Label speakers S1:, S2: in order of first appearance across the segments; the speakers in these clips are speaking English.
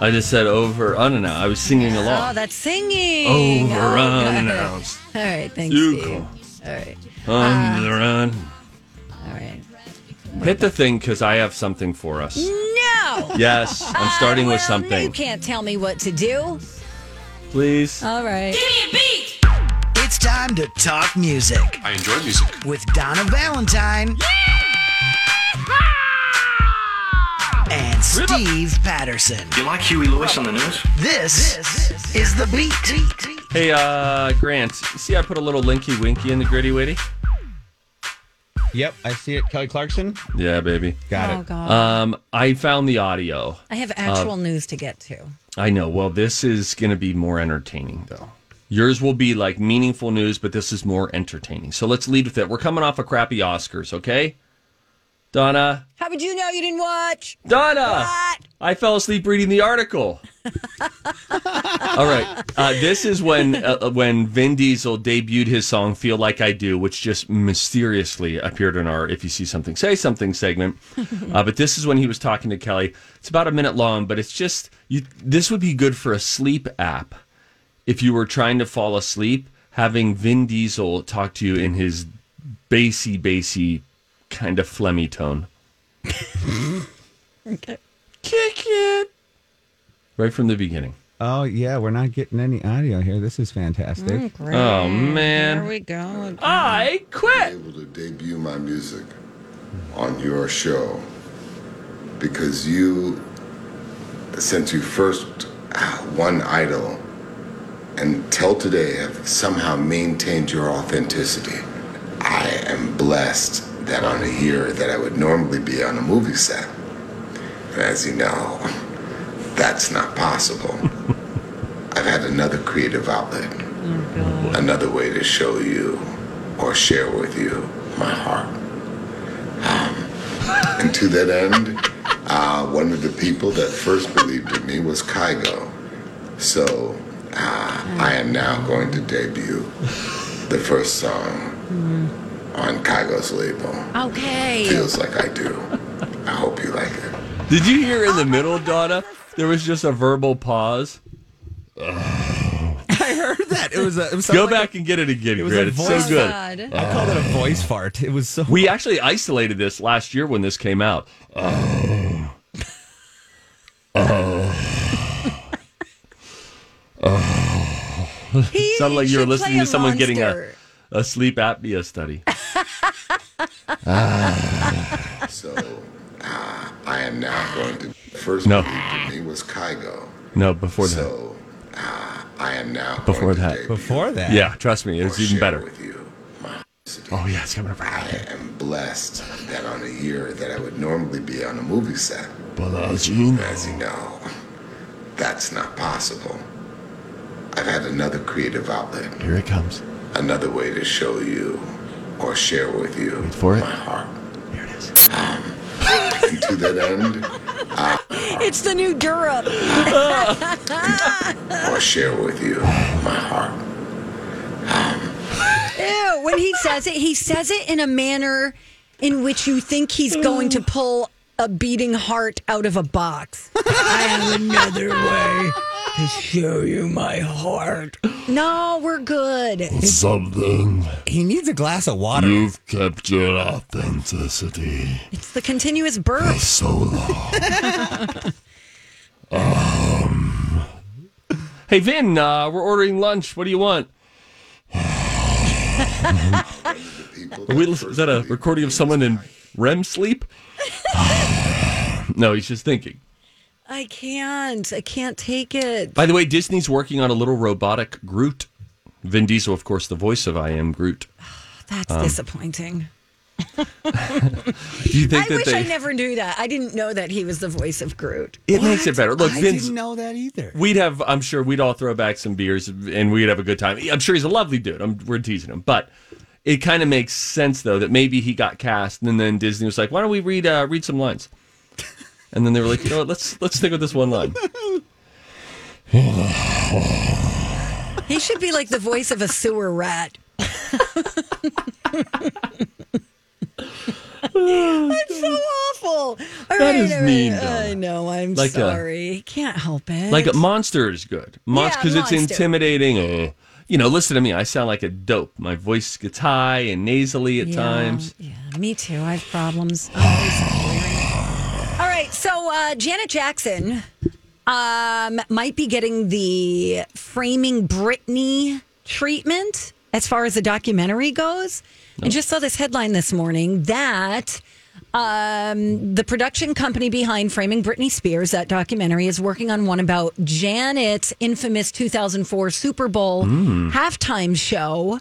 S1: I just said over unannounced. I was singing
S2: Oh,
S1: along.
S2: that's singing.
S1: Over
S2: Oh, good.
S1: unannounced. Uh,
S2: All right, thanks,
S1: You
S2: Steve.
S1: go.
S2: All right,
S1: On the run.
S2: all right.
S1: Hit the thing because I have something for us.
S2: No.
S1: Yes, I'm starting with
S2: Well, Now you
S1: something.
S2: can't tell me what to do.
S1: Please.
S2: All right.
S3: It's time to talk music
S4: I enjoy music.
S3: with Donna Valentine and Steve Patterson.
S4: You like Huey Lewis on the news?
S3: This is the beat.
S1: Hey, uh, Grant, see I put a little linky winky in the gritty witty?
S5: Yep, I see it. Kelly Clarkson.
S1: Yeah, baby.
S5: Got
S2: Oh
S5: it.
S2: God.
S1: Um, I found the audio.
S2: I have actual news to get to.
S1: I know. Well, this is going to be more entertaining, though. Yours will be like meaningful news, but this is more entertaining. So let's lead with it. We're coming off a crappy Oscars, okay? Donna.
S2: How would you know you didn't watch?
S1: Donna!
S2: What?
S1: I fell asleep reading the article. All right, uh, this is when uh, when Vin Diesel debuted his song "Feel Like I Do," which just mysteriously appeared in our "If You See Something, Say Something" segment. Uh, but this is when he was talking to Kelly. It's about a minute long, but it's just you, this would be good for a sleep app if you were trying to fall asleep. Having Vin Diesel talk to you in his bassy, bassy, kind of phlegmy tone. Kick it right from the beginning.
S5: Oh yeah, we're not getting any audio here. This is fantastic.
S1: Oh man.
S2: Here we go.
S1: I quit.
S6: able to debut my music on your show because you, since you first ah, won Idol, and till today have somehow maintained your authenticity. I am blessed that on here that I would normally be on a movie set. And as you know, that's not possible. I've had another creative outlet, another way to show you or share with you my heart. Um, and to that end, uh, one of the people that first believed in me was Kygo. So uh, I am now going to debut the first song on Kygo's label.
S2: Okay.
S6: Feels like I do. I hope you like it.
S1: Did you hear
S2: Oh,
S1: in the middle, Donna? There was just a verbal pause.
S5: I heard that. It was a. It was
S1: Go
S5: something like
S1: back and get it again,
S5: It was
S1: Grant.
S5: a
S1: It's
S5: voice-
S1: so
S5: Oh,
S1: good. Uh,
S2: God.
S5: a- I called it a voice fart. It was so.
S1: We actually isolated this last year when this came out. Oh.
S2: He
S1: Sounded like you were
S2: should
S1: listening
S2: play
S1: to someone getting a-
S2: monster.
S1: A sleep apnea study.
S6: So uh, I am now going to first
S1: No.
S6: believed in me was Kygo.
S1: No, before that.
S6: So uh, I am now
S1: Before
S6: going
S1: that.
S6: to debut
S5: Before that.
S1: Yeah, trust me, it was
S6: or
S1: even
S6: share
S1: better.
S6: With you.
S1: Oh yeah, it's coming up.
S6: I am blessed that on a year that I would normally be on a movie set, as you know, that's not possible. I've had another creative outlet,
S1: Here it comes.
S6: another way to show you or share with you
S1: for it.
S6: my heart.
S1: Here it is.
S6: And to that end,
S2: It's the new Durham.
S6: or share with you my heart.
S2: Ew, when he says it, he says it in a manner in which you think he's going to pull a beating heart out of a box.
S3: I have another way to show you my heart.
S2: No, we're good.
S7: Something
S5: He needs a glass of water.
S7: you've kept your authenticity
S2: It's the continuous burp.
S7: so long.
S1: Um, Hey Vin, uh, we're ordering lunch. What do you want?
S6: People
S1: Are we,
S6: that
S1: is
S6: first
S1: that a
S6: believed
S1: recording of someone in REM sleep? no, he's just thinking.
S2: I can't. I can't take it.
S1: By the way, Disney's working on a little robotic Groot. Vin Diesel, of course, the voice of I Am Groot.
S2: That's
S1: Um,
S2: disappointing.
S1: Do you think
S2: I
S1: that
S2: wish
S1: they?
S2: I never knew that. I didn't know that he was the voice of Groot.
S1: it makes it better. Look,
S5: I
S1: Vin's.
S5: didn't know that either.
S1: We'd have, I'm sure, we'd all throw back some beers and we'd have a good time. I'm sure he's a lovely dude. I'm, we're teasing him, but it kind of makes sense though that maybe he got cast and then Disney was like, "Why don't we read uh, read some lines?" And then they were like, "You know what? Let's let's stick with this one line."
S2: He should be like the voice of a sewer rat. That's so awful. All
S1: That
S2: right,
S1: is
S2: all right.
S1: mean, though.
S2: I know. I'm
S1: Like a-
S2: sorry. Can't help it.
S1: Like monster is good, monster
S2: Yeah,
S1: because it's
S2: Monster.
S1: intimidating. Uh, you know, listen to me. I sound like a dope. My voice gets high and nasally at
S2: Yeah,
S1: times.
S2: Yeah, me too. I have problems. I'm always clearing. All right, so uh, Janet Jackson um, might be getting the framing Britney treatment as far as the documentary goes. I just saw this headline this morning that um, the production company behind Framing Britney Spears, that documentary, is working on one about Janet's infamous 2004 Super Bowl halftime show.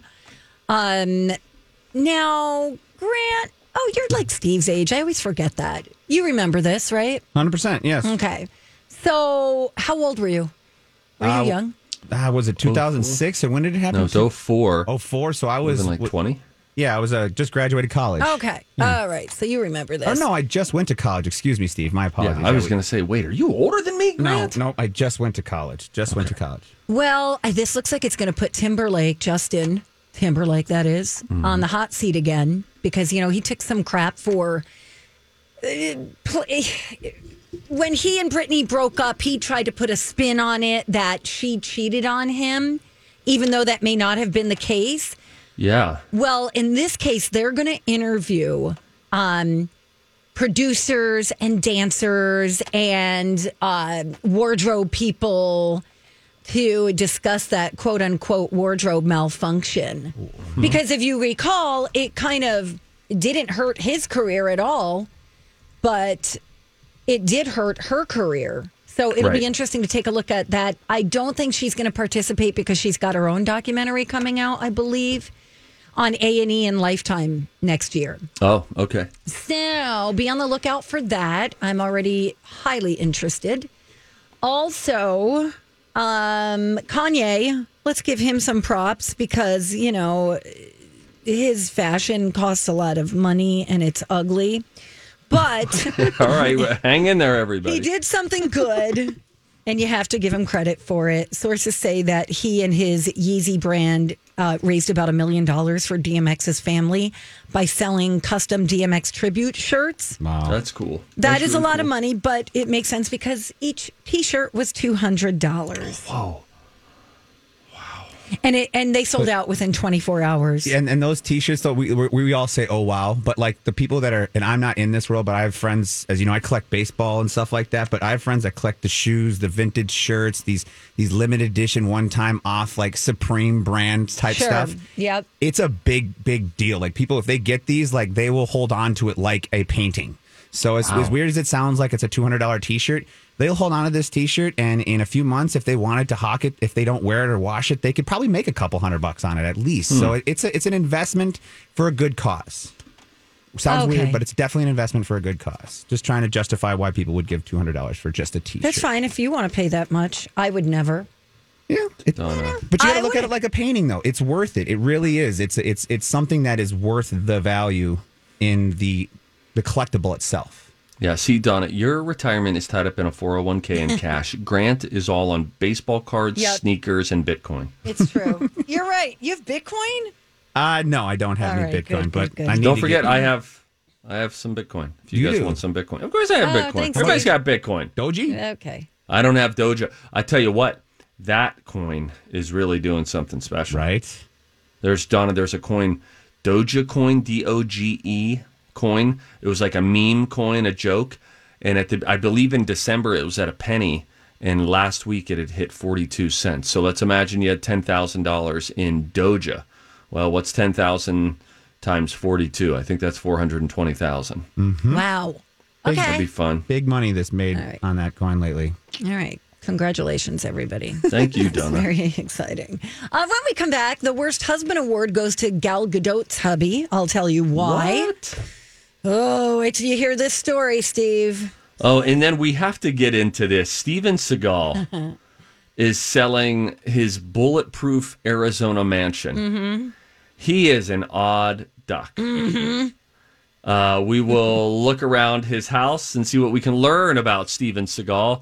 S2: Um, now, Grant, oh, you're like Steve's age. I always forget that. You remember this, right?
S5: 100%, yes.
S2: Okay. So, how old were you? Were you
S5: Uh,
S2: young?
S5: Ah, was it 2006 or when did it happen?
S1: No, so four.
S5: Oh, four. So I was
S1: Wasn't like
S5: w-
S1: 20?
S5: Yeah, I was uh, just graduated college.
S2: Okay. All right. So, you remember this.
S5: Or Oh, no, I just went to college. Excuse me, Steve. My apologies.
S1: Yeah, I was gonna say, wait, are you older than me,
S5: No,
S1: Grant?
S5: no, I just went to college. Just went to college.
S2: Well, I, this looks like it's going to put Timberlake, Justin Timberlake, that is,
S5: Mm-hmm.
S2: on the hot seat again because, you know, he took some crap for. uh, pl- when he and Britney broke up, he tried to put a spin on it that she cheated on him, even though that may not have been the case.
S1: Yeah.
S2: Well, in this case, they're going to interview um, producers and dancers and uh, wardrobe people to discuss that quote unquote wardrobe malfunction. Because if you recall, it kind of didn't hurt his career at all, but it did hurt her career. So it'll
S1: Right.
S2: be interesting to take a look at that. I don't think she's going to participate because she's got her own documentary coming out, I believe, on A and E and Lifetime next year.
S1: Oh, okay.
S2: So be on the lookout for that. I'm already highly interested. Also, um, Kanye, let's give him some props because, you know, his fashion costs a lot of money and it's ugly. But
S1: All right, well, hang in there, everybody.
S2: he did something good and you have to give him credit for it. Sources say that he and his Yeezy brand uh, raised about a million dollars for DMX's family by selling custom DMX tribute shirts.
S5: Wow.
S1: That's cool.
S2: That is a lot of money, but it makes sense because each T-shirt was two hundred dollars. Wow! Wow! And it and they sold out within twenty four hours.
S5: and and those t-shirts though we, we we all say oh wow but like the people that are and i'm not in this world but i have friends as you know i collect baseball and stuff like that but i have friends that collect the shoes the vintage shirts these these limited edition one time off like supreme brand type
S2: Sure.
S5: stuff
S2: Yep.
S5: it's a big big deal like people if they get these like they will hold on to it like a painting so as, as weird as it sounds like it's a $200 t-shirt they'll hold on to this t-shirt and in a few months if they wanted to hawk it if they don't wear it or wash it they could probably make a couple hundred bucks on it at least so
S2: Hmm.
S5: it, it's a, it's an investment for a good cause sounds
S2: Okay.
S5: weird but it's definitely an investment for a good cause just trying to justify why people would give $200 for just a t-shirt
S2: That's fine if you want to pay that much. I would never.
S5: yeah, it-
S1: Oh,
S5: but you got
S2: I
S5: to look at it like a painting, though. It's worth it. It really is. It's it's it's something that is worth the value in the the collectible itself.
S1: Yeah, see, Donna, your retirement is tied up in a 401k and cash. Grant is all on baseball cards,
S2: Yep.
S1: sneakers, and Bitcoin.
S2: It's true. You're right. You have Bitcoin.
S5: Uh no, I don't have
S2: All
S5: any
S2: right,
S5: Bitcoin,
S2: good,
S5: but
S2: good, good.
S5: I need
S1: Don't
S5: to
S1: forget,
S5: get-
S1: I have, I have some Bitcoin. If you,
S5: You
S1: guys
S5: do?
S1: want some Bitcoin, of course I have
S2: Oh,
S1: Bitcoin.
S2: thanks,
S1: Everybody's got
S2: Steve.
S1: Bitcoin.
S5: Doji.
S2: Okay.
S1: I don't have Doja. I tell you what, that coin is really doing something special.
S5: Right.
S1: There's Donna. There's a coin, Doja coin, D O G E coin. It was like a meme coin, a joke, and at the I believe in December it was at a penny, and last week it had hit forty two cents. So let's imagine you had ten thousand dollars in Doja. Well, what's 10,000 times 42? I think that's 420,000.
S2: Wow.
S1: That'd be
S2: Okay.
S1: fun.
S5: Big money that's made
S2: right.
S5: on that coin lately.
S2: All right. Congratulations, everybody.
S1: Thank you,
S2: It's
S1: Donna.
S2: Very exciting. Uh, when we come back, the worst husband award goes to Gal Gadot's hubby. I'll tell you why.
S1: What?
S2: Oh, wait till you hear this story, Steve.
S1: Oh, and then we have to get into this. Steven Seagal is selling his bulletproof Arizona mansion. He is an odd duck. Uh, we will look around his house and see what we can learn about Steven Seagal.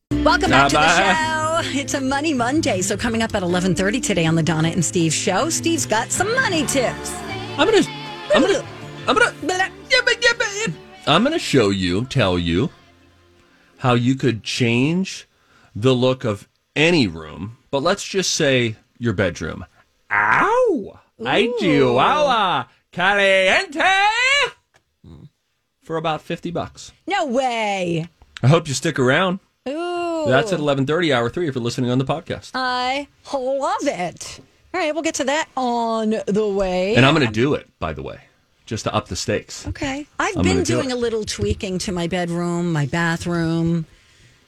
S2: Welcome back
S1: Bye-bye.
S2: to the show. It's a Money Monday, so coming up at 11:30 today on the Donna and Steve show, Steve's got some money tips.
S1: I'm going to. I'm going to. I'm going to. I'm going to show you, tell you, how you could change the look of any room, but let's just say your bedroom. Ow! I chihuahua caliente for about 50 bucks.
S2: No way.
S1: I hope you stick around.
S2: Ooh.
S1: That's at 11:30 hour 3 if you're listening on the
S2: Oh,
S1: podcast.
S2: I love it. All right, we'll get to that on the way.
S1: And I'm going to do it, by the way, just to up the stakes.
S2: Okay. I've
S1: I'm
S2: been
S1: gonna do
S2: doing
S1: it.
S2: a little tweaking to my bedroom, my bathroom,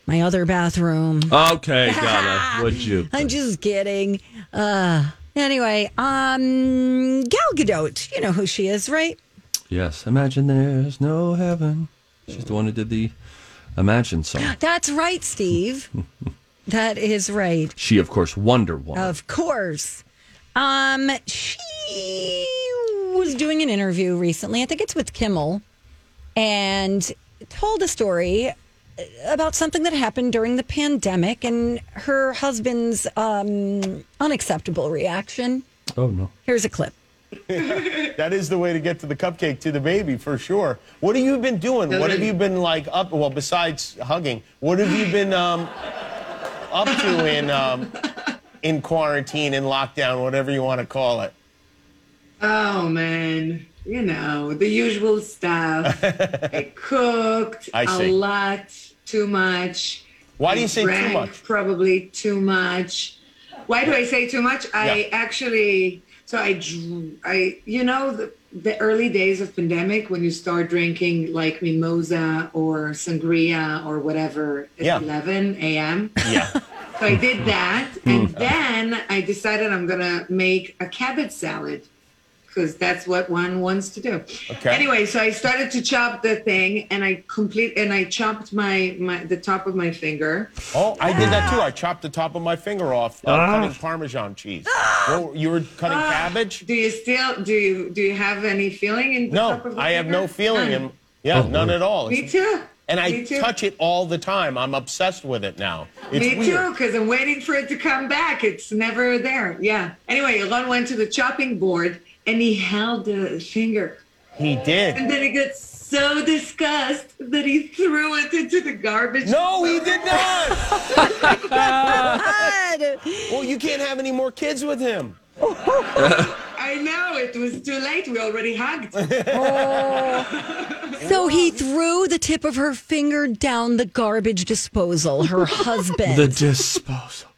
S2: my other bathroom.
S1: Okay, Donna, would you?
S2: I'm just kidding. Uh anyway, um Gal Gadot, you know who she is, right?
S1: Yes, imagine there's no heaven. She's the one who did the Imagine song.
S2: That's right, Steve. that is right.
S1: She, of course, Wonder Woman.
S2: Of course. Um she was doing an interview recently. I think it's with Kimmel and told a story about something that happened during the pandemic and her husband's um unacceptable reaction.
S1: oh no.
S2: Here's a clip.
S8: That is the way to get to the cupcake to the baby for sure. What have you been doing? What have you been like up? Well, besides hugging, what have you been um, up to in um, in quarantine, in lockdown, whatever you want to call it?
S9: Oh man, you know the usual stuff. I cooked
S8: I
S9: a
S8: see.
S9: lot, too much.
S8: Why do
S9: I
S8: you say too
S9: drank
S8: much?
S9: Probably too much. Why do I say too much? I actually, so I, dr- I, you know, the, the early days of pandemic when you start drinking like mimosa or sangria or whatever at
S8: Yeah.
S9: 11 a.m.
S8: Yeah. Hmm.
S9: So I did that, and then I decided I'm gonna make a cabbage salad because that's what one wants to do.
S8: Okay.
S9: Anyway, so I started to chop the thing, and I complete and I chopped my, my the top of my finger. Ah.
S8: Oh, I did that too. I chopped the top of my finger off uh, cutting Parmesan cheese. Well, you were cutting cabbage?
S9: Ah. Do you still do you do you have any feeling in the
S8: No,
S9: top of the
S8: I have
S9: finger?
S8: no feeling.
S9: None.
S8: In, yeah,
S1: Oh,
S8: none at all.
S9: Me too.
S8: And I
S9: Me too.
S8: touch it all the time. I'm obsessed with it now. It's
S9: Me
S8: weird.
S9: too, because I'm waiting for it to come back. It's never there. Yeah. Anyway, Elon went to the chopping board and he held the finger
S8: He did.
S9: And then he got so disgusted that he threw it into the garbage.
S8: No, he did not.
S2: God.
S8: Well, you can't have any more kids with him.
S9: I know, it was too late. We already hugged.
S2: So he threw the tip of her finger down the garbage disposal, her husband.
S1: The disposal.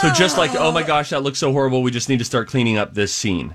S1: So just like, oh my gosh, that looks so horrible. We just need to start cleaning up this scene.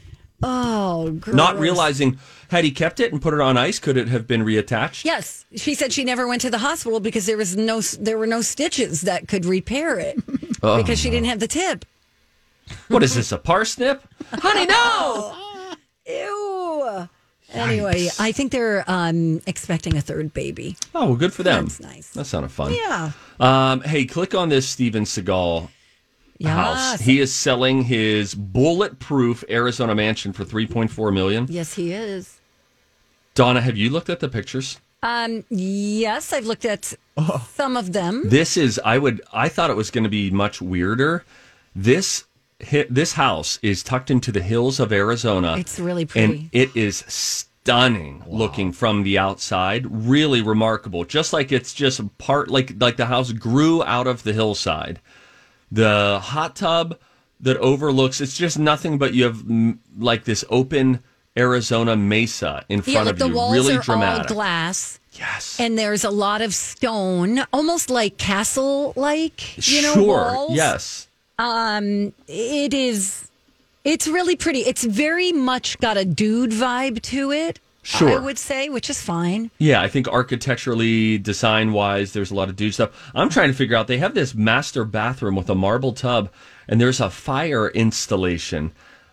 S2: Oh, gross.
S1: Not realizing, had he kept it and put it on ice, could it have been reattached?
S2: Yes, she said she never went to the hospital because there was no there were no stitches that could repair it
S1: Oh,
S2: because she
S1: no.
S2: didn't have the tip.
S1: What is this, a parsnip? Honey,
S2: no. Ew. Anyway, I think they're um, expecting a third baby.
S1: Oh, well, good for them.
S2: That's nice.
S1: That sounded fun.
S2: Yeah.
S1: Um, hey, click on this Steven Seagal house. He is selling his bulletproof Arizona mansion for 3.4 million.
S2: Yes, he is.
S1: Donna, have you looked at the pictures?
S2: Um, yes, I've looked at
S1: Oh.
S2: some of them.
S1: This is I would I thought it was going to be much weirder. This hi- this house is tucked into the hills of Arizona.
S2: It's really pretty.
S1: And it is stunning looking from the outside. Really remarkable. Just like it's just a part like like the house grew out of the hillside. The hot tub that overlooks it's just nothing but you have mm, like this open Arizona mesa in front
S2: yeah, like
S1: of
S2: the
S1: you.
S2: walls
S1: really
S2: are
S1: dramatic.
S2: all glass.
S1: Yes.
S2: And there's a lot of stone, almost like castle like, you know,
S1: sure.
S2: walls.
S1: Yes.
S2: Um it is it's really pretty. It's very much got a dude vibe to it. I
S1: Sure.
S2: would say, which is fine.
S1: Yeah, I think architecturally, design wise, there's a lot of dude stuff. I'm trying to figure out. They have this master bathroom with a marble tub, and there's a fire installation.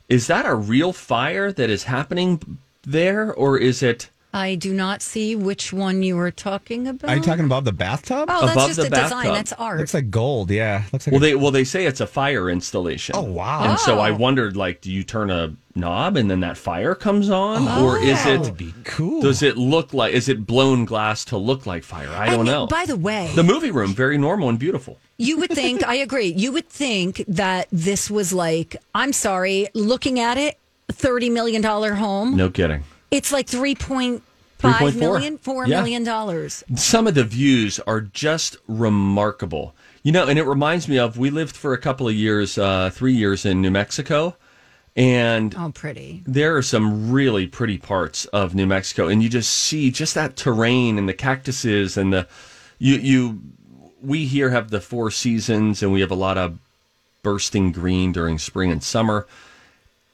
S1: Is that a real fire that is happening there, or is it
S2: I do not see which one you were talking about.
S5: Are you talking about the bathtub?
S2: Oh, that's
S1: above
S2: just
S1: the
S2: a design.
S1: bathtub?
S2: That's art.
S5: Looks like gold. Yeah, looks like
S1: Well, they well they say it's a fire installation. Oh
S5: wow!
S1: And so I
S5: Oh.
S1: wondered, like, do you turn a knob and then that fire comes on, or is
S2: Oh.
S1: it
S2: That would
S5: be cool?
S1: Does it look like is it blown glass to look like fire? I don't
S2: And
S1: know.
S2: By the way,
S1: the movie room, very normal and beautiful.
S2: You would think, I agree. You would think that this was like, I'm sorry, looking at it, $30 million home.
S1: No kidding.
S2: It's like 3.5
S1: 3.4.
S2: million, $4
S1: Yeah.
S2: million dollars.
S1: some of the views are just remarkable. You know, and it reminds me of we lived for a couple of years, uh, three years in New Mexico, and
S2: Oh, pretty.
S1: there are some really pretty parts of New Mexico, and you just see just that terrain and the cactuses and the you you we here have the four seasons, and we have a lot of bursting green during spring and summer.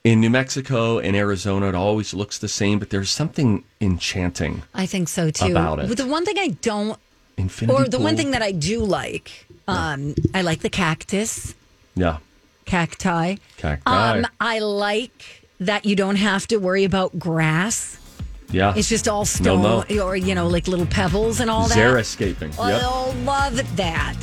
S1: In New Mexico and Arizona, it always looks the same, but there's something enchanting.
S2: I think so too.
S1: About it.
S2: But the one thing I don't,
S1: Infinity
S2: or the one
S1: pool.
S2: thing that I do like, um, I like the cactus,
S1: yeah.
S2: cacti.
S1: Cacti.
S2: Um, I like that you don't have to worry about grass.
S1: yeah.
S2: It's just all
S1: No
S2: stone
S1: mo.
S2: or, you know, like little pebbles and all that.
S1: Xeriscaping. Yep.
S2: I love that.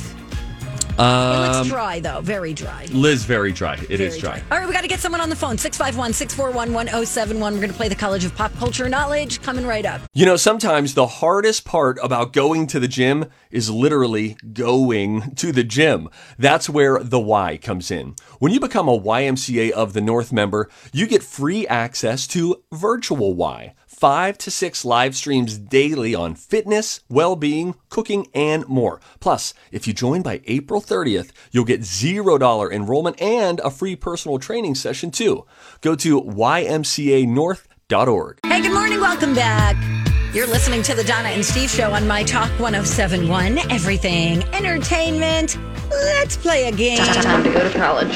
S2: It looks
S1: Um,
S2: dry, though. Very dry.
S1: Liz, very dry. It is
S2: Very
S1: dry.
S2: All right, we got to get someone on the phone. 651 641 1071. We're going to play the College of Pop Culture Knowledge coming right up.
S1: You know, sometimes the hardest part about going to the gym is literally going to the gym. That's where the Y comes in. When you become a YMCA of the North member, you get free access to Virtual Y. five to six live streams daily on fitness, well being, cooking, and more. Plus, if you join by April 30th, you'll get $0 enrollment and a free personal training session too. Go to ymcanorth.org.
S2: Hey, good morning. Welcome back. You're listening to the Donna and Steve show on My Talk 1071. Everything entertainment. Let's play a game.
S10: Time to go to college.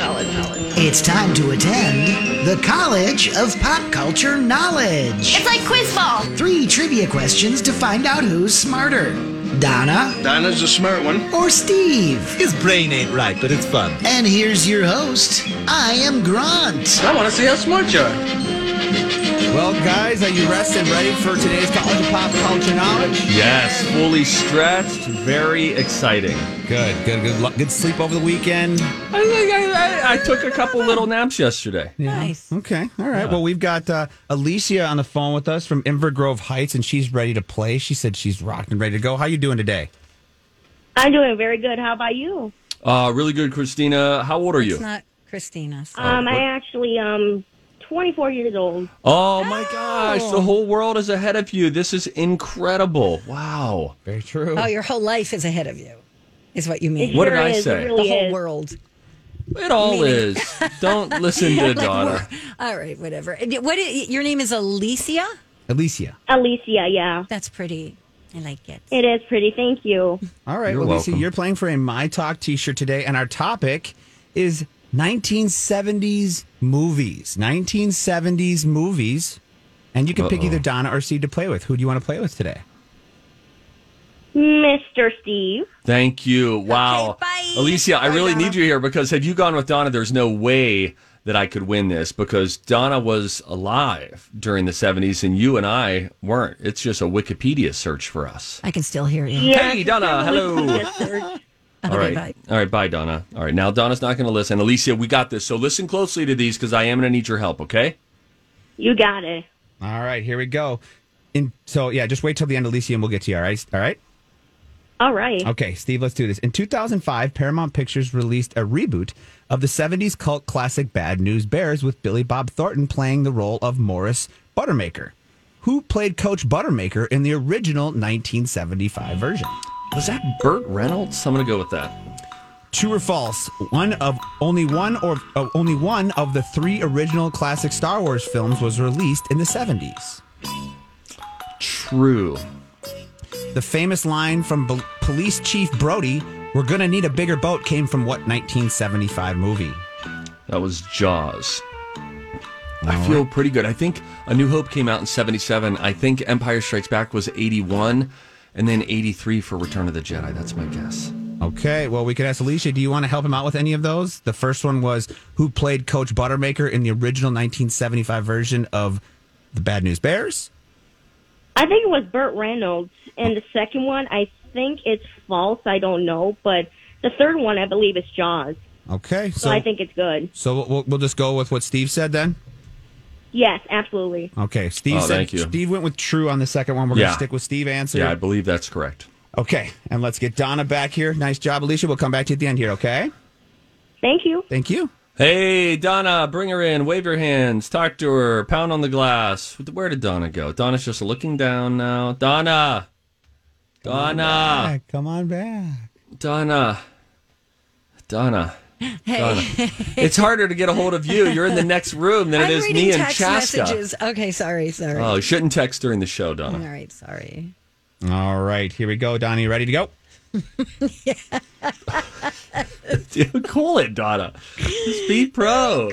S11: It's time to attend the College of Pop Culture Knowledge.
S10: It's like quiz ball.
S11: Three trivia questions to find out who's smarter Donna
S4: Dinah's a smart one.
S11: or Steve.
S12: His brain ain't right, but it's fun.
S11: And here's your host. I am Grant.
S4: I want to see how smart you are.
S5: Well, guys, are you rested, ready for today's College of Pop Culture Knowledge?
S1: Yes, fully stretched, very exciting.
S5: Good, good, good, lu- good sleep over the weekend.
S1: I, I, I, I took a couple little naps yesterday.
S5: Nice. Okay. All right. Well, we've got uh, Alicia on the phone with us from Invergrove Heights, and she's ready to play. She said she's rocked and ready to go. How you doing today?
S13: I'm doing very good. How about you?
S1: Uh, really good, Christina. How old are you?
S2: It's not Christina's.
S13: Um, I actually um 24 years old.
S1: Oh my gosh, the whole world is ahead of you. This is incredible. Wow.
S5: Very true.
S2: Oh, your whole life is ahead of you, is what you mean.
S1: It What did sure I is. It say? really
S2: the whole
S1: is.
S2: world.
S1: It all is. Don't listen to
S2: Like,
S1: Donna.
S2: All right, whatever. And What is, your name is Alicia?
S5: Alicia.
S13: Alicia, yeah.
S2: That's pretty. I like it.
S13: It is pretty. Thank you.
S5: All right,
S13: You're
S5: Alicia,
S13: welcome.
S5: you're playing for a My Talk T-shirt today, and our topic is 1970s movies. 1970s movies, and you can pick
S13: Uh-oh.
S5: either Donna or Steve to play with. Who do you want to play with today?
S13: Mr. Steve.
S1: Thank you. Wow. Alicia, I really need you here because had you gone with Donna, there's no way that I could win this because Donna was alive during the 70s and you and I weren't. It's just a Wikipedia search for us.
S2: I can still hear you.
S1: Yeah, Hey, Donna, hello. All right.
S2: Okay, bye.
S1: All right. Bye, Donna. All right. Now, Donna's not going to listen. Alicia, we got this. So listen closely to these because I am going to need your help, okay?
S13: You got it.
S5: All right, here we go. In, so yeah, just wait till the end, Alicia, and we'll get to you. All right, all right.
S13: All right.
S5: Okay, Steve, let's do this. In 2005, Paramount Pictures released a reboot of the 70s cult classic Bad News Bears with Billy Bob Thornton playing the role of Morris Buttermaker. Who played Coach Buttermaker in the original 1975 version?
S1: Was that Burt Reynolds? I'm going to go with that.
S5: True or false? One of only one or uh, only one of the three original classic Star Wars films was released in the 70s.
S1: True.
S5: The famous line from Bel- Police Chief Brody, "We're gonna need a bigger boat," came from what 1975 movie?
S1: That was Jaws. I feel pretty good. I think A New Hope came out in 77. I think Empire Strikes Back was 81 and then 83 for Return of the Jedi. That's my guess.
S5: Okay, well, we could ask Alicia. Do you want to help him out with any of those? The first one was who played Coach Buttermaker in the original 1975 version of the Bad News Bears?
S13: I think it was Burt Reynolds. And the second one, I think it's false. I don't know. But the third one, I believe, is Jaws.
S5: Okay,
S13: So,
S5: so
S13: I think it's good.
S5: so we'll- we'll, we'll just go with what Steve said then.
S13: Yes, absolutely.
S5: Okay, Steve
S1: Oh,
S5: said
S1: thank you.
S5: Steve went with true on the second one. We're
S1: Yeah.
S5: gonna stick with Steve answer.
S1: Yeah, I believe that's correct.
S5: Okay, and let's get Donna back here. Nice job, Alicia. We'll come back to you at the end here. Okay.
S13: Thank you.
S5: Thank you.
S1: Hey, Donna, bring her in. Wave your hands. Talk to her. Pound on the glass. Where did Donna go? Donna's just looking down now. Donna. Donna.
S5: Come on back.
S1: Donna. Donna. Donna. It's harder to get a hold of you. You're in the next room than
S2: I'm
S1: it is
S2: reading
S1: me and
S2: text
S1: Chaska.
S2: messages. Okay, sorry, sorry.
S1: Oh, you shouldn't text during the show, Donna.
S2: All right, sorry.
S5: All right, here we go, Donna. You ready to go?
S1: cool it, Donna. Speed pro.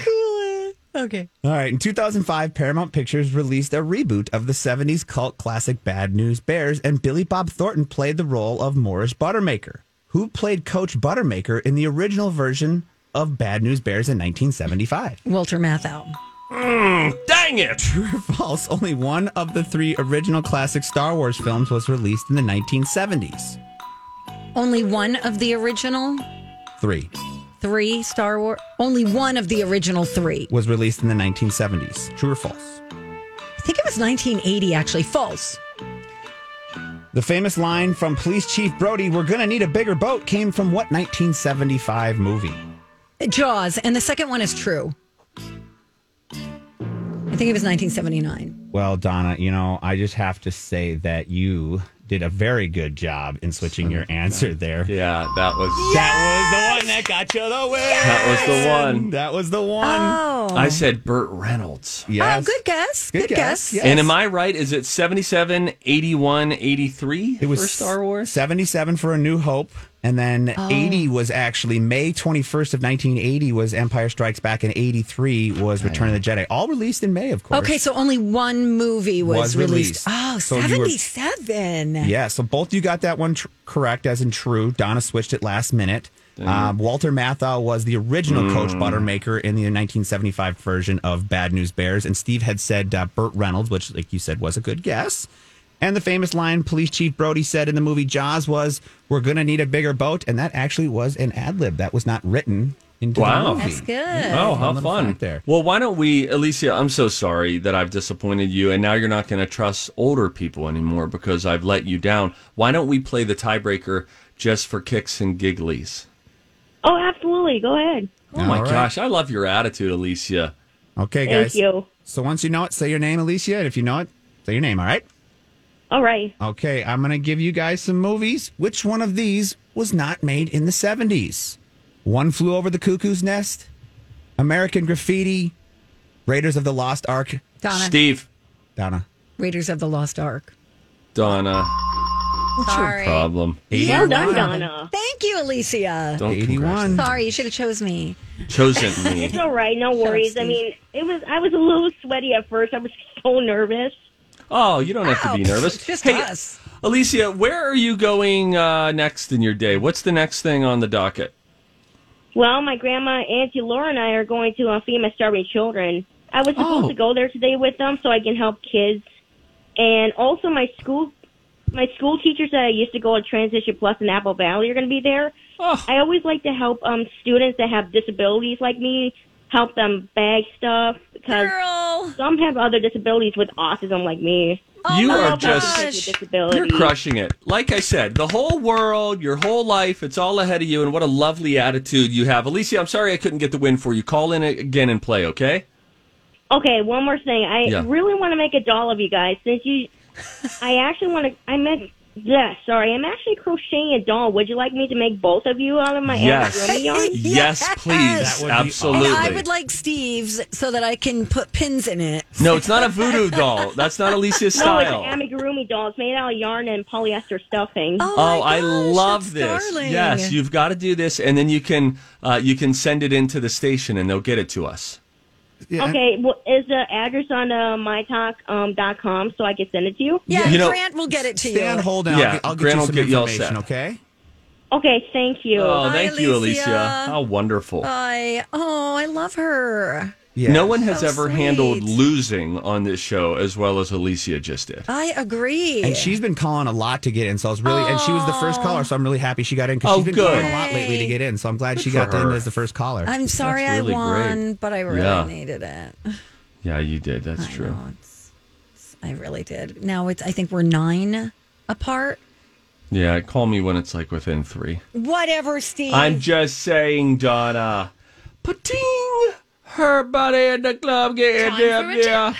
S2: Okay.
S5: All right. In 2005, Paramount Pictures released a reboot of the 70s cult classic Bad News Bears, and Billy Bob Thornton played the role of Morris Buttermaker, who played Coach Buttermaker in the original version of Bad News Bears in 1975.
S2: Walter Matthau.
S1: dang it!
S5: True or false? Only one of the three original classic Star Wars films was released in the 1970s.
S2: Only one of the original
S5: Three
S2: three Star Wars. Only one of the original three.
S5: was released in the 1970s. True or false?
S2: I think it was 1980, actually. False.
S5: The famous line from Police Chief Brody, "We're gonna need a bigger boat," came from what 1975 movie?
S2: Jaws, and the second one is true. I think it was 1979.
S5: Well, Donna, you know, I just have to say that you did a very good job in switching your answer there.
S1: Yeah, that was
S5: that was the one that got you the win.
S1: That was the one.
S5: That was the one.
S2: Oh.
S1: I said Burt Reynolds.
S5: Yes.
S2: Oh, good guess. Good,
S5: Good
S2: guess.
S5: guess, yes.
S1: And am I right? Is it 77, 81, 83
S5: It was
S1: for Star Wars?
S5: 77 for A New Hope. And then
S1: Oh.
S5: 80 was actually May 21st of 1980 was Empire Strikes Back, and 83 was Return of the Jedi. All released in May, of course.
S2: Okay, so only one movie was,
S5: Was
S2: released.
S5: released.
S2: Oh,
S5: So you were-
S2: 77.
S5: Yeah, so both you got that one tr- correct, as in true. Donna switched it last minute. Um, Walter Matthau was the original
S14: Mm.
S5: coach butter maker in the 1975 version of Bad News Bears, and Steve had said uh, Burt Reynolds, which, like you said, was a good guess. And the famous line Police Chief Brody said in the movie Jaws was, "We're gonna need a bigger boat," and that actually was an ad lib that was not written into
S1: Wow.
S5: the movie.
S1: That's
S2: good.
S1: Oh, how
S5: Little
S1: fun.
S5: fact there.
S1: Well, why don't we, Alicia, I'm so sorry that I've disappointed you and now you're not going to trust older people anymore because I've let you down. Why don't we play the tiebreaker just for kicks and gigglies?
S13: Oh, absolutely. Go ahead.
S1: Oh my gosh, I love your attitude, Alicia.
S5: Okay,
S13: Thank
S5: guys.
S13: you.
S5: So once you know it, say your name, Alicia. And if you know it, say your name. All right.
S13: All right.
S5: Okay, I'm going to give you guys some movies. Which one of these was not made in the 70s? One Flew Over the Cuckoo's Nest, American Graffiti, Raiders of the Lost Ark.
S2: Donna.
S1: Steve.
S5: Donna.
S2: Raiders of the Lost Ark.
S1: Donna.
S2: What's Sorry.
S1: Problem.
S13: Well done, Donna.
S2: Thank you, Alicia.
S1: Don't
S5: 81.
S2: Sorry, you should have chose me.
S1: Chosen me.
S13: It's all right. No worries. I
S2: Steve.
S13: mean, it was. I was a little sweaty at first. I was so nervous.
S1: Oh, you don't have to be
S13: Ouch.
S1: nervous.
S13: It's just
S1: hey,
S13: us.
S1: Alicia, where are you going uh, next in your day? What's the next thing on the docket?
S13: Well, my grandma, Auntie Laura, and I are going to uh, feed my starving children. I was supposed
S1: Oh.
S13: to go there today with them so I can help kids, and also my school, my school teachers that I used to go at Transition Plus in Apple Valley are going to be there.
S1: Oh.
S13: I always like to help um students that have disabilities like me, help them bag stuff because some have other disabilities with autism like me.
S1: Oh, you
S13: I
S1: are
S13: help out kids with
S1: just
S13: disabilities.
S1: You're crushing it. Like I said, the whole world, your whole life, it's all ahead of you, and what a lovely attitude you have. Alicia, I'm sorry I couldn't get the win for you. Call in again and play, okay?
S13: Okay, one more thing. I
S1: Yeah.
S13: really want to make a doll of you guys since you. I actually want to. I meant. Yeah, sorry. I'm actually crocheting a doll. Would you like me to make both of you out of my
S1: yes.
S13: amigurumi yarn?
S1: Yes,
S5: That
S1: please.
S5: would be
S1: Absolutely.
S2: And I would like Steve's so that I can put pins in it.
S1: no, it's not a voodoo doll. That's not Alicia's
S13: No, it's
S1: style.
S13: an amigurumi doll. It's made out of yarn and polyester stuffing.
S1: Oh, I love this.
S13: darling.
S1: Yes, you've got to do this, and then you can uh, you can send it into the station, and they'll get it to us.
S13: Okay, well, is the address on uh, mytalk um, dot com so I can send it to you?
S2: Yeah,
S1: You know-
S2: Grant will get it to you.
S5: Stand hold and I'll
S1: Yeah,
S5: get- I'll, get
S1: Grant
S5: you
S1: will
S5: some
S1: get you all
S5: information,
S1: set.
S5: okay?
S13: Okay, thank you.
S1: Oh, thank you,
S2: Alicia. Uh,
S1: Alicia. How wonderful.
S2: I, oh, I love her.
S1: No one has
S2: So
S1: ever
S2: sweet.
S1: handled losing on this show as well as Alicia just did.
S2: I agree.
S5: And she's been calling a lot to get in, so I was really, and she was the first caller, so I'm really happy she got in because
S1: Oh,
S5: she's been
S1: good.
S5: calling a lot lately to get in, so I'm glad she
S1: for
S5: got in
S1: her.
S5: as the first caller.
S2: I'm sorry
S1: That's really
S2: I won,
S1: great.
S2: but I really
S1: Yeah.
S2: needed it.
S1: Yeah, you did. That's true.
S2: I really did. Now it's I think we're nine apart.
S1: Yeah, call me when it's like within three.
S2: Whatever, Steve.
S1: I'm just saying, Donna. Pating her buddy in the club getting
S11: Time for a
S1: dip, yeah.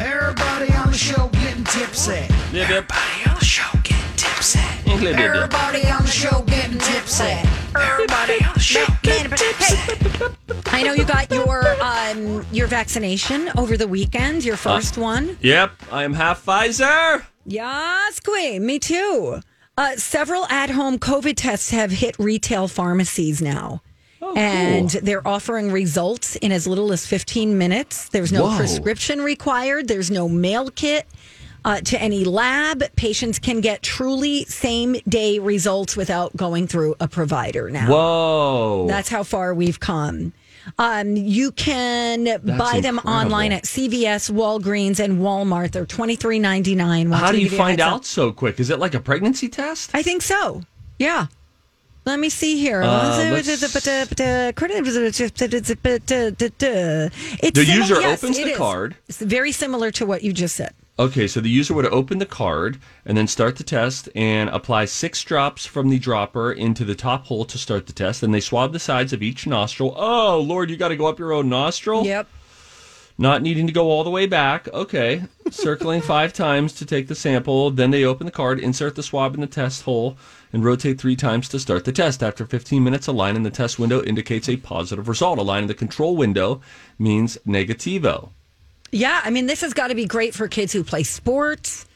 S11: Everybody on the show getting tipsy.
S1: Dip, dip.
S11: Everybody on the show getting tipsy.
S1: Dip, dip, dip.
S11: Everybody on the show getting tipsy. Everybody on the show getting tipsy.
S2: I know you got your um your vaccination over the weekend, your first one.
S1: Yep, I'm half Pfizer.
S2: Yes, Queen. Me too. Uh, several at-home COVID tests have hit retail pharmacies now.
S1: Oh,
S2: and they're offering results in as little as 15 minutes. There's no
S10: Whoa.
S2: prescription required. There's no mail kit uh, to any lab. Patients can get truly same day results without going through a provider now.
S1: Whoa.
S2: That's how far we've come. Um, you can buy them
S1: incredible.
S2: online at CVS, Walgreens, and Walmart. They're twenty three ninety nine.
S1: How do you find out so quick? Is it like a pregnancy test?
S2: I think so. Yeah. Let me see here.
S1: Uh, let's-
S2: It's
S1: The user
S2: yes,
S1: opens
S2: it
S1: the
S2: is.
S1: card.
S2: It's very similar to what you just said.
S1: Okay, so the user would open the card and then start the test and apply six drops from the dropper into the top hole to start the test. Then they swab the sides of each nostril. Oh, Lord, you got to go up your own nostril?
S2: Yep.
S1: Not needing to go all the way back. Okay. Circling five times to take the sample. Then they open the card, insert the swab in the test hole, and rotate three times to start the test. After 15 minutes, a line in the test window indicates a positive result. A line in the control window means negativo.
S2: Yeah, I mean, this has got to be great for kids who play sports,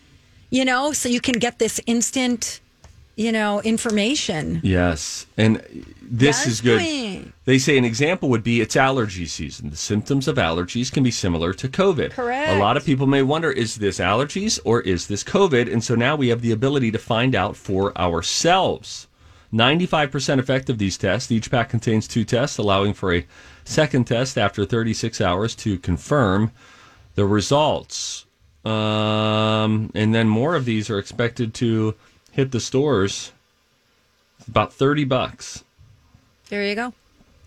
S2: you know, so you can get this instant, you know, information.
S1: Yes. And this
S2: Yes,
S1: is good.
S2: queen.
S1: They say an example would be it's allergy season. The symptoms of allergies can be similar to COVID.
S2: Correct.
S1: A lot of people may wonder is this allergies or is this COVID? And so now we have the ability to find out for ourselves. 95% effect of these tests. Each pack contains two tests, allowing for a second test after 36 hours to confirm the results. Um, and then more of these are expected to hit the stores. It's about 30 bucks.
S2: There you go.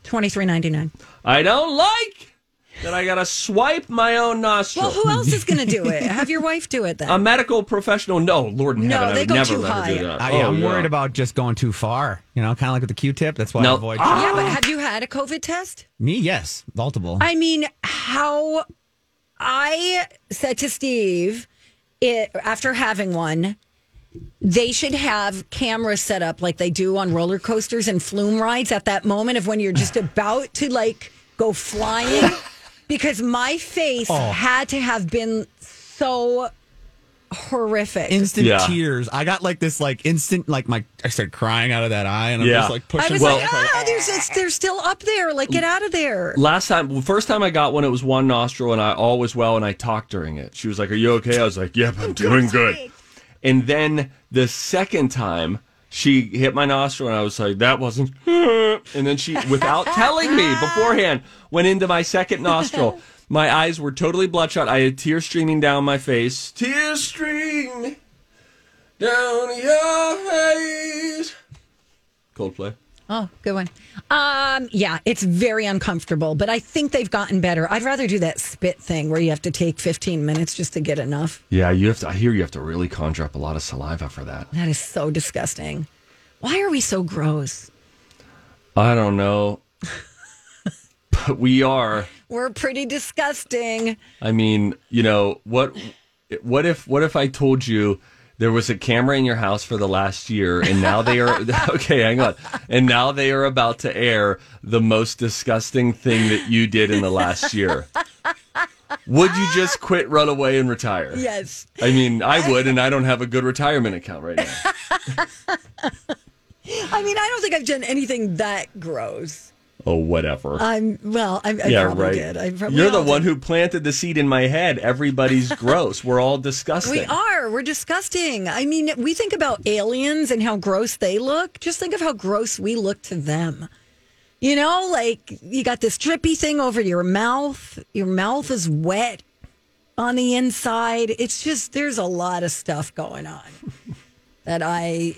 S2: Twenty three ninety nine.
S1: I don't like that I gotta swipe my own nostril.
S2: Well, who else is going to do it? Have your wife do it then.
S1: A medical professional? No, Lord in
S2: No,
S1: heaven, I
S2: they
S1: would
S2: go
S1: never
S2: too
S1: let her
S2: high.
S1: do that.
S5: I, yeah,
S1: Oh,
S5: I'm
S1: yeah.
S5: worried about just going too far. You know, kind of like with the Q-tip. That's why I
S1: No. Ah!
S5: avoid.
S2: yeah, but have you had a COVID test?
S5: Me, yes, multiple.
S2: I mean, how I said to Steve it, after having one, they should have cameras set up like they do on roller coasters and flume rides at that moment of when you're just about to like go flying. because my face
S5: Oh.
S2: had to have been so horrific.
S5: instant
S2: Yeah.
S5: tears. I got like this, like instant, like my I started crying out of that eye, and I'm
S1: Yeah.
S5: just like pushing.
S2: I was
S5: my-
S2: like, ah, there's, it's, they're still up there. Like, get out of there.
S1: Last time, well, first time I got one, it was one nostril, and I all was well, and I talked during it. She was like, "Are you okay?" I was like, "Yep, I'm doing good." And then the second time, she hit my nostril, and I was like, "That wasn't." And then she, without telling me beforehand, went into my second nostril. My eyes were totally bloodshot. I had tears streaming down my face. Tears stream down your face. Coldplay.
S2: Oh, good one. Um, yeah, it's very uncomfortable, but I think they've gotten better. I'd rather do that spit thing where you have to take 15 minutes just to get enough.
S1: Yeah, you have to. I hear you have to really conjure up a lot of saliva for that.
S2: That is so disgusting. Why are we so gross?
S1: I don't know. but we are.
S2: We're pretty disgusting.
S1: I mean, you know, what what if what if I told you there was a camera in your house for the last year and now they are okay, hang on. And now they are about to air the most disgusting thing that you did in the last year. Would you just quit, run away, and retire?
S2: Yes.
S1: I mean, I would, and I don't have a good retirement account right now.
S2: I mean, I don't think I've done anything that gross.
S1: Oh, whatever.
S2: I'm well. I, I
S1: yeah,
S2: probably
S1: right.
S2: did. I probably
S1: You're the
S2: all
S1: one
S2: did.
S1: who planted the seed in my head. Everybody's gross. We're all disgusting.
S2: We are. We're disgusting. I mean, we think about aliens and how gross they look. Just think of how gross we look to them. You know, like you got this drippy thing over your mouth. Your mouth is wet on the inside. It's just, there's a lot of stuff going on that I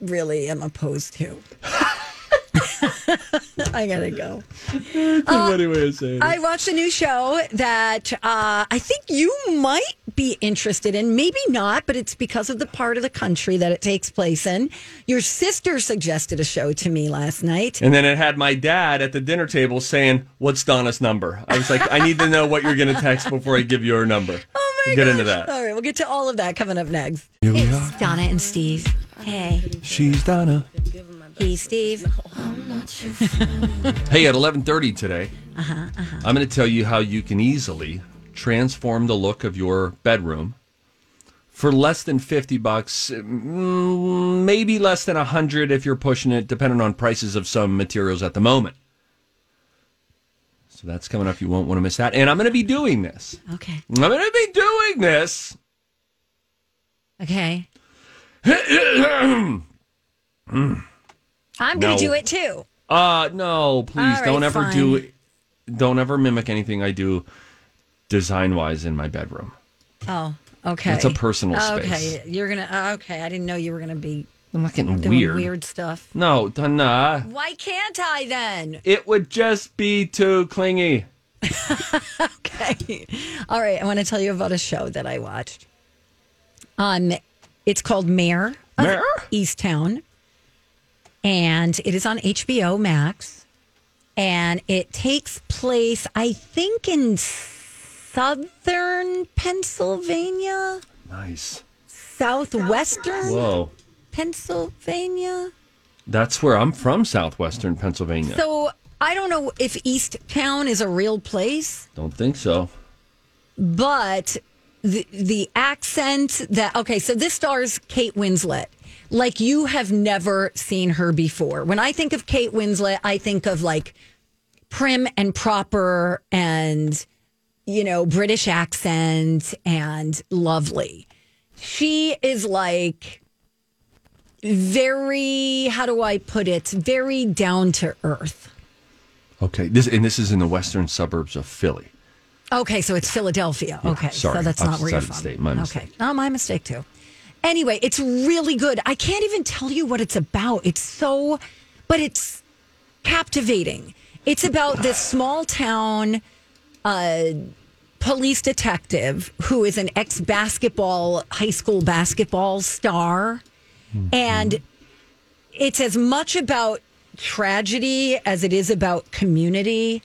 S2: really am opposed to. I gotta go.
S1: That's a funny way of saying it.
S2: I watched a new show that uh, I think you might be interested in. Maybe not, but it's because of the part of the country that it takes place in. Your sister suggested a show to me last night.
S1: And then it had my dad at the dinner table saying, "What's Donna's number?" I was like, "I need to know what you're going to text before I give you her number." Oh my Get into that.
S2: All right, we'll get to all of that coming up next.
S1: Here we
S2: It's Donna and Steve. Hey.
S1: She's Donna.
S2: Hey, Steve.
S1: Hey, at 11:30 today,
S2: Uh-huh,
S1: I'm going to tell you how you can easily transform the look of your bedroom for less than 50 bucks, mm, maybe less than 100 if you're pushing it depending on prices of some materials at the moment. So that's coming up. You won't want to miss that. And I'm going to be doing this.
S2: Okay.
S1: I'm going to be doing this.
S2: Okay.
S1: Mm.
S2: I'm going
S1: No.
S2: to do it too.
S1: Uh no, please
S2: All right,
S1: don't ever do
S2: fine.
S1: don't ever mimic anything I do design wise in my bedroom.
S2: Oh, okay.
S1: That's a personal
S2: Okay, you're going to, okay, I didn't know you were going to be
S1: I'm not getting
S2: doing
S1: weird.
S2: weird stuff.
S1: No, Donna.
S2: Why can't I then?
S1: It would just be too clingy.
S2: Okay. All right. I want to tell you about a show that I watched. Um, it's called Mayor of
S1: Mayor?
S2: Easttown, and it is on HBO Max, and it takes place, I think, in southern Pennsylvania,
S1: Nice.
S2: southwestern
S1: Whoa.
S2: Pennsylvania.
S1: That's where I'm from, southwestern Pennsylvania.
S2: So I don't know if East Town is a real place,
S1: Don't think so.
S2: but the the accent that okay, so this stars Kate Winslet. Like you have never seen her before. When I think of Kate Winslet, I think of like prim and proper and you know, British accent and lovely. She is like very how do I put it? Very down to earth.
S1: Okay. This and this is in the western suburbs of Philly.
S2: Okay, so it's Philadelphia.
S1: Yeah,
S2: okay,
S1: sorry,
S2: so that's not where
S1: outside
S2: you're
S1: of the
S2: from.
S1: state, my
S2: okay, oh, my mistake too. Anyway, it's really good. I can't even tell you what it's about. It's so, but it's captivating. It's about this small town uh, police detective who is an ex basketball, high school basketball star.
S1: Mm-hmm.
S2: And it's as much about tragedy as it is about community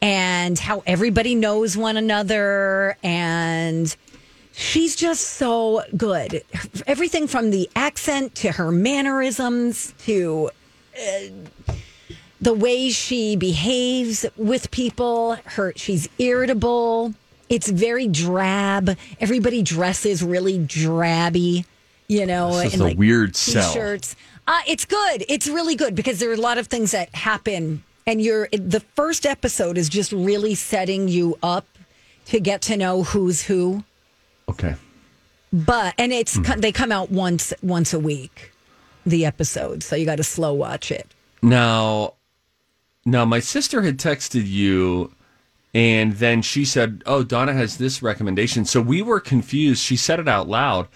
S2: and how everybody knows one another and she's just so good everything from the accent to her mannerisms to uh, the way she behaves with people her she's irritable it's very drab everybody dresses really drabby you know
S1: This is
S2: in,
S1: a
S2: like,
S1: weird sell.
S2: t-shirts uh, it's good. It's really good because there are a lot of things that happen, and you're the first episode is just really setting you up to get to know who's who.
S1: Okay.
S2: But and it's
S1: Hmm.
S2: they come out once once a week, the episode, so you got to slow watch it.
S1: Now, now my sister had texted you, and then she said, "Oh, Donna has this recommendation." So we were confused. She said it out loud,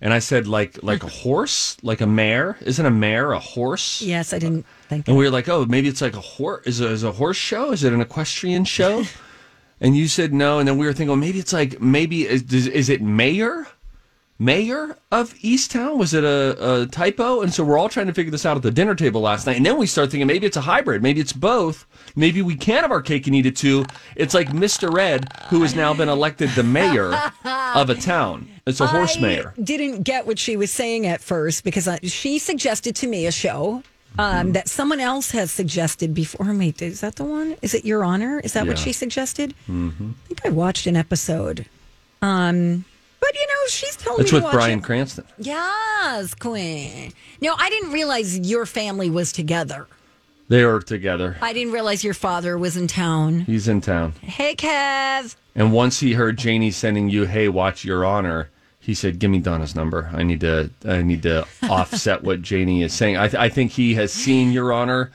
S1: and I said, "Like, like a horse, like a mare? Isn't a mare a horse?"
S2: Yes, I didn't think.
S1: And we were like, "Oh, maybe it's like a horse. Is, it- is a horse show? Is it an equestrian show?" and you said no, and then we were thinking, well, maybe it's like maybe is, does- is it mayor? Mayor of Easttown? Was it a, a typo? And so we're all trying to figure this out at the dinner table last night. And then we start thinking maybe it's a hybrid. Maybe it's both. Maybe we can have our cake and eat it too. It's like Mr. Ed, who has now been elected the mayor of a town. It's a horse
S2: I
S1: mayor.
S2: Didn't get what she was saying at first because I, she suggested to me a show.
S1: Mm-hmm.
S2: Um, that someone else has suggested before. Wait, is that the one? Is it Your Honor? Is that what
S10: Yeah.
S2: she suggested?
S1: Mm-hmm.
S2: I think I watched an episode. Um, but you know, she's telling
S1: It's
S2: me
S1: with
S2: to watch
S1: Brian
S2: it.
S1: Cranston.
S2: Yes, Queen. No, I didn't realize your family was together.
S1: They are together.
S2: I didn't realize your father was in town.
S1: He's in town.
S2: Hey, Kev.
S1: And once he heard Janie sending you, "Hey, watch Your Honor," he said, "Give me Donna's number. I need to, I need to offset what Janie is saying." I, th- I think he has seen Your Honor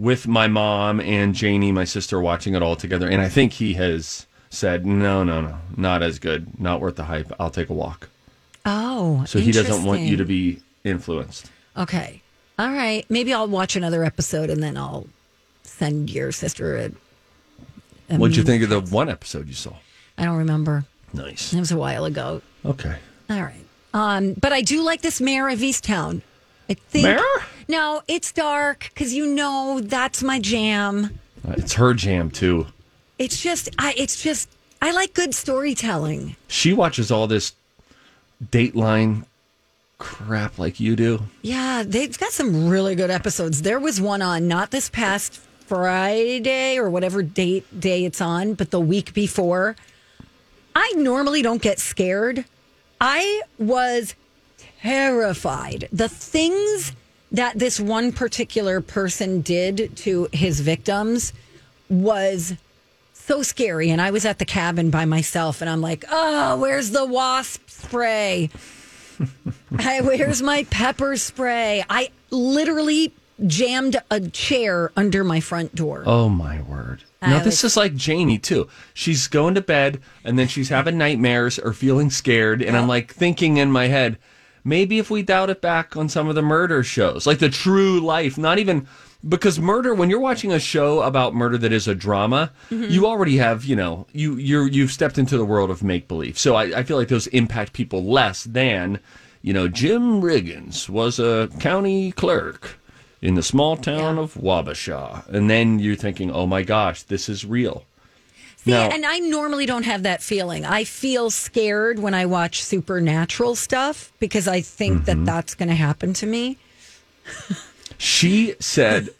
S1: with my mom and Janie, my sister, watching it all together, and I think he has said, "No, no, no, not as good. Not worth the hype. I'll take a walk."
S2: Oh,
S1: So he doesn't want you to
S2: interesting.
S1: be influenced.
S2: Okay. All right. Maybe I'll watch another episode and then I'll send your sister a. a
S1: What'd you
S2: meme.
S1: think of the one episode you saw?
S2: I don't remember.
S1: Nice.
S2: It was a while ago.
S1: Okay.
S2: All right. Um, but I do like this mayor of Easttown. I think.
S1: Mayor?
S2: No, it's dark because you know that's my jam.
S1: Uh, It's her jam too.
S2: It's just, I, it's just, I like good storytelling.
S1: She watches all this Dateline crap like you do.
S2: Yeah, they've got some really good episodes. There was one on not this past Friday or whatever date day it's on, but the week before. I normally don't get scared. I was terrified. The things that this one particular person did to his victims was so scary. And I was at the cabin by myself and I'm like, oh, where's the wasp spray? I, where's my pepper spray? I literally jammed a chair under my front door.
S1: Oh my word.
S2: I
S1: Now this is like Janie too. She's going to bed and then she's having nightmares or feeling scared and I'm like thinking in my head, maybe if we dialed it back on some of the murder shows, like the true life, not even because murder when you're watching a show about murder that is a drama, you already have, you know, you you're you've stepped into the world of make believe. So I, I feel like those impact people less than, you know, Jim Riggins was a county clerk in the small town of Wabasha. And then you're thinking, oh my gosh, this is real.
S2: See,
S1: Now-
S2: and I normally don't have that feeling. I feel scared when I watch supernatural stuff because I think that that's going to happen to me.
S1: She said,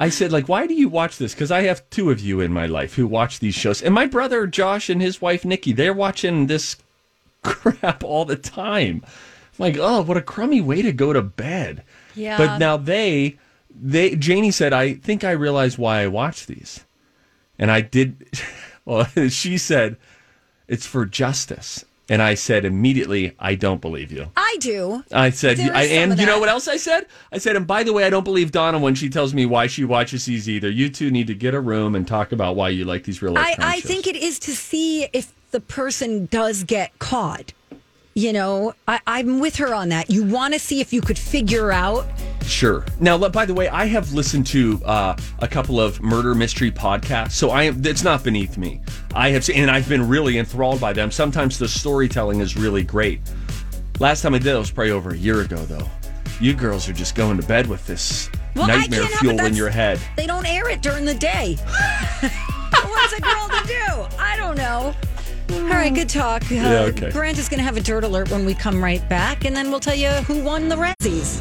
S1: I said, like, why do you watch this? Because I have two of you in my life who watch these shows. And my brother Josh and his wife Nikki, they're watching this crap all the time. I'm like, oh, what a crummy way to go to bed.
S2: Yeah.
S1: But now they, they, Janie said, I think I realize why I watch these. And I did, well, she said, it's for justice. And I said immediately, I don't believe you.
S2: I do.
S1: I said,
S2: There is
S1: I,
S2: some
S1: and
S2: of
S1: you know
S2: that.
S1: what else I said? I said, and by the way, I don't believe Donna when she tells me why she watches these either. You two need to get a room and talk about why you like these real life.
S2: I,
S1: crime
S2: I
S1: shows.
S2: think it is to see if the person does get caught. You know, I, I'm with her on that. You want to see if you could figure out.
S1: Sure. Now, le- by the way, I have listened to uh, a couple of murder mystery podcasts, so I am. It's not beneath me. I have seen, and I've been really enthralled by them. Sometimes the storytelling is really great. Last time I did, it was probably over a year ago, though. You girls are just going to bed with this
S2: Well, I
S1: nightmare
S2: can't help it,
S1: fuel in
S2: that's-
S1: your head.
S2: They don't air it during the day. What's a girl to do? I don't know. All right, good talk. Uh,
S1: Yeah, okay.
S2: Grant is going to have a dirt alert when we come right back, and then we'll tell you who won the Razzies.